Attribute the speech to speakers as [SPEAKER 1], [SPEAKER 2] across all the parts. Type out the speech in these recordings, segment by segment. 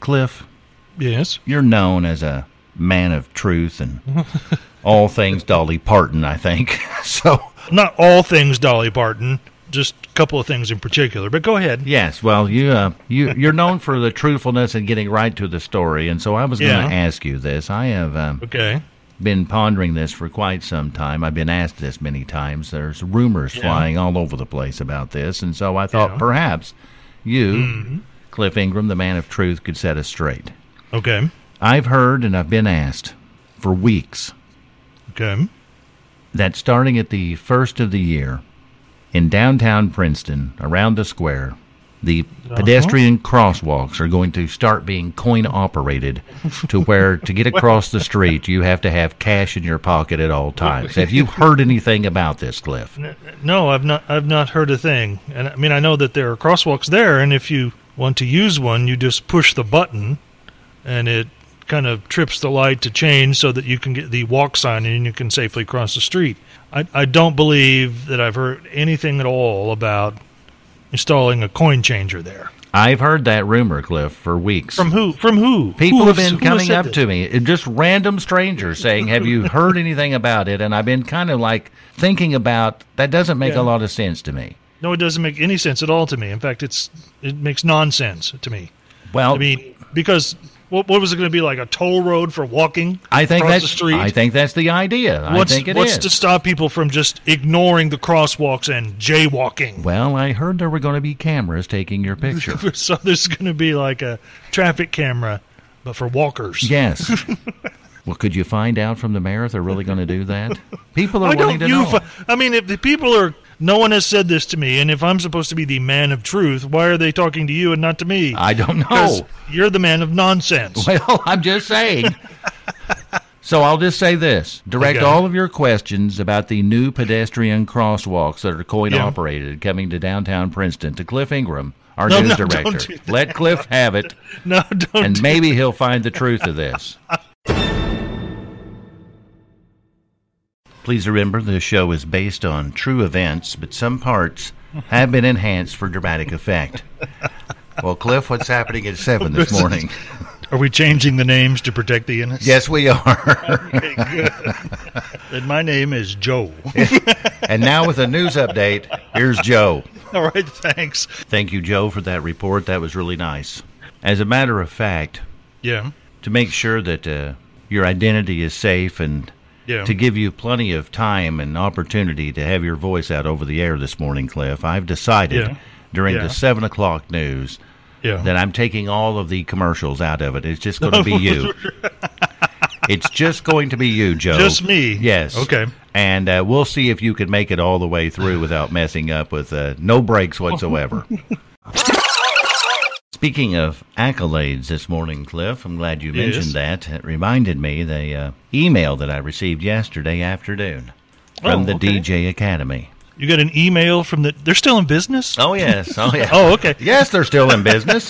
[SPEAKER 1] Cliff,
[SPEAKER 2] Yes.
[SPEAKER 1] you're known as a man of truth and all things Dolly Parton, I think. so,
[SPEAKER 2] Not all things Dolly Parton, just a couple of things in particular, but go ahead.
[SPEAKER 1] yes, well, you, uh, you, you're known for the truthfulness and getting right to the story. And so I was going
[SPEAKER 2] Yeah.
[SPEAKER 1] to ask you this. I have um,
[SPEAKER 2] Okay.
[SPEAKER 1] been pondering this for quite some time. I've been asked this many times. There's rumors flying all over the place about this, and so I thought
[SPEAKER 2] Yeah.
[SPEAKER 1] perhaps you, Cliff Ingram, the man of truth, could set us straight.
[SPEAKER 2] Okay.
[SPEAKER 1] I've heard and I've been asked for weeks
[SPEAKER 2] Okay.
[SPEAKER 1] that starting at the first of the year in downtown Princeton, around the square, the pedestrian crosswalks are going to start being coin operated to where to get across the street you have to have cash in your pocket at all times. Have you heard anything about this, Cliff?
[SPEAKER 2] No, I've not. I've not heard a thing. And I mean, I know that there are crosswalks there, and if you want to use one, you just push the button, and it kind of trips the light to change so that you can get the walk sign and you can safely cross the street. I, I don't believe that I've heard anything at all about installing a coin changer there.
[SPEAKER 1] I've heard that rumor, Cliff, for weeks.
[SPEAKER 2] From who? From who?
[SPEAKER 1] People
[SPEAKER 2] Who
[SPEAKER 1] have
[SPEAKER 2] has-
[SPEAKER 1] been
[SPEAKER 2] who has
[SPEAKER 1] coming
[SPEAKER 2] said
[SPEAKER 1] up
[SPEAKER 2] this?
[SPEAKER 1] to me, it- just random strangers saying, Have you heard anything about it? And I've been kind of like thinking about that doesn't make
[SPEAKER 2] Yeah.
[SPEAKER 1] a lot of sense to me.
[SPEAKER 2] No, it doesn't make any sense at all to me. In fact, it's it makes nonsense to me.
[SPEAKER 1] Well,
[SPEAKER 2] I mean, because what, what was it going to be like a toll road for walking?
[SPEAKER 1] I think
[SPEAKER 2] across
[SPEAKER 1] that's
[SPEAKER 2] the street.
[SPEAKER 1] I think that's the idea.
[SPEAKER 2] what's
[SPEAKER 1] I think it is.
[SPEAKER 2] what's to stop people from just ignoring the crosswalks and jaywalking?
[SPEAKER 1] well, I heard there were going to be cameras taking your picture.
[SPEAKER 2] So there's going to be like a traffic camera, but for walkers.
[SPEAKER 1] yes. Well, could you find out from the mayor if they're really going to do that? People are
[SPEAKER 2] Why
[SPEAKER 1] willing
[SPEAKER 2] don't
[SPEAKER 1] to
[SPEAKER 2] you?
[SPEAKER 1] know.
[SPEAKER 2] Fi- I mean, if the people are. No one has said this to me, and if I'm supposed to be the man of truth, why are they talking to you and not to me?
[SPEAKER 1] I don't
[SPEAKER 2] 'Cause
[SPEAKER 1] know.
[SPEAKER 2] You're the man of nonsense.
[SPEAKER 1] Well, I'm just saying. so I'll just say this: direct
[SPEAKER 2] Okay.
[SPEAKER 1] all of your questions about the new pedestrian crosswalks that are coin
[SPEAKER 2] Yeah.
[SPEAKER 1] operated coming to downtown Princeton to Cliff Ingram, our
[SPEAKER 2] No,
[SPEAKER 1] news
[SPEAKER 2] no, don't
[SPEAKER 1] director.
[SPEAKER 2] do that.
[SPEAKER 1] Let Cliff have it,
[SPEAKER 2] No, don't.
[SPEAKER 1] and maybe he'll find the truth of this. Please remember this show is based on true events, but some parts have been enhanced for dramatic effect. Well, Cliff, what's happening at 7 this morning?
[SPEAKER 2] Are we changing the names to protect the innocent?
[SPEAKER 1] Yes, we are.
[SPEAKER 2] Okay, good. and my name is Joe.
[SPEAKER 1] And now with a news update, here's Joe.
[SPEAKER 2] All right, thanks.
[SPEAKER 1] Thank you, Joe, for that report. That was really nice. As a matter of fact,
[SPEAKER 2] Yeah,
[SPEAKER 1] to make sure that uh, your identity is safe and
[SPEAKER 2] yeah.
[SPEAKER 1] to give you plenty of time and opportunity to have your voice out over the air this morning, Cliff, I've decided
[SPEAKER 2] Yeah.
[SPEAKER 1] during
[SPEAKER 2] Yeah.
[SPEAKER 1] the 7 o'clock news
[SPEAKER 2] yeah.
[SPEAKER 1] that I'm taking all of the commercials out of it. It's just going to be you. it's just going to be you, Joe.
[SPEAKER 2] Just me?
[SPEAKER 1] Yes.
[SPEAKER 2] Okay.
[SPEAKER 1] And uh, we'll see if you can make it all the way through without messing up with uh, no breaks whatsoever. Speaking of accolades this morning, Cliff, I'm glad you mentioned
[SPEAKER 2] Yes.
[SPEAKER 1] that. It reminded me the uh, email that I received yesterday afternoon from
[SPEAKER 2] Oh,
[SPEAKER 1] the
[SPEAKER 2] okay.
[SPEAKER 1] DJ Academy.
[SPEAKER 2] You got an email from the. They're still in business?
[SPEAKER 1] Oh, yes. Oh, yeah.
[SPEAKER 2] Oh, okay.
[SPEAKER 1] Yes, they're still in business.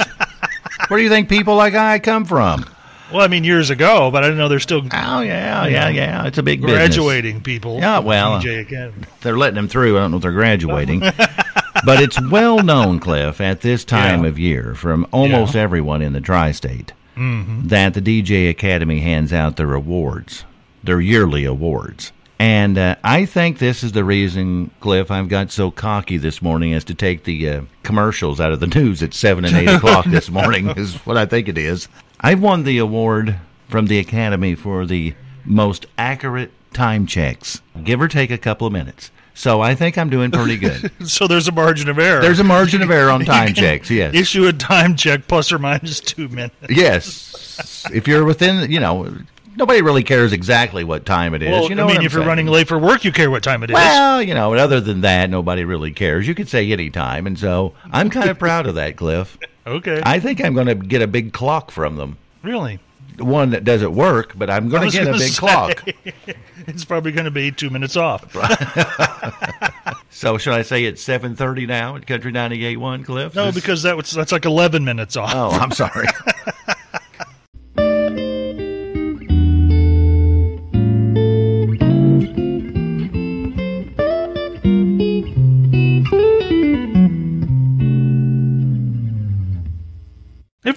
[SPEAKER 1] Where do you think people like I come from?
[SPEAKER 2] Well, I mean, years ago, but I didn't know they're still
[SPEAKER 1] Oh yeah, yeah, yeah. It's a big business.
[SPEAKER 2] graduating people.
[SPEAKER 1] Yeah, well, uh,
[SPEAKER 2] DJ Academy.
[SPEAKER 1] They're letting them through. I don't know if they're graduating, but it's well known, Cliff, at this time
[SPEAKER 2] Yeah.
[SPEAKER 1] of year from almost everyone in the tri-state that the DJ Academy hands out their awards, their yearly awards. And uh, I think this is the reason, Cliff, I've got so cocky this morning as to take the uh, commercials out of the news at 7 and 8 o'clock this morning, is what I think it is. I won the award from the Academy for the most accurate time checks, give or take a couple of minutes. So I think I'm doing pretty good.
[SPEAKER 2] So there's a margin of error.
[SPEAKER 1] There's a margin of error on time checks, yes.
[SPEAKER 2] Issue a time check plus or minus two minutes.
[SPEAKER 1] Yes. If you're within, you know, nobody really cares exactly what time it is.
[SPEAKER 2] Well,
[SPEAKER 1] you know
[SPEAKER 2] I mean,
[SPEAKER 1] what I'm
[SPEAKER 2] if you're
[SPEAKER 1] saying?
[SPEAKER 2] running late for work, you care what time it is.
[SPEAKER 1] Well, you know, but other than that, nobody really cares. You could say any time, and so I'm kind of proud of that, Cliff.
[SPEAKER 2] okay.
[SPEAKER 1] I think I'm going to get a big clock from them.
[SPEAKER 2] really?
[SPEAKER 1] One that doesn't work, but I'm
[SPEAKER 2] I
[SPEAKER 1] going to
[SPEAKER 2] was
[SPEAKER 1] get a
[SPEAKER 2] gonna
[SPEAKER 1] big
[SPEAKER 2] say.
[SPEAKER 1] clock.
[SPEAKER 2] It's probably going to be two minutes off.
[SPEAKER 1] So should I say it's 7:30 now at Country 98.1, Cliff?
[SPEAKER 2] No,
[SPEAKER 1] This-
[SPEAKER 2] because that was, that's like 11 minutes off.
[SPEAKER 1] oh, I'm sorry.
[SPEAKER 2] If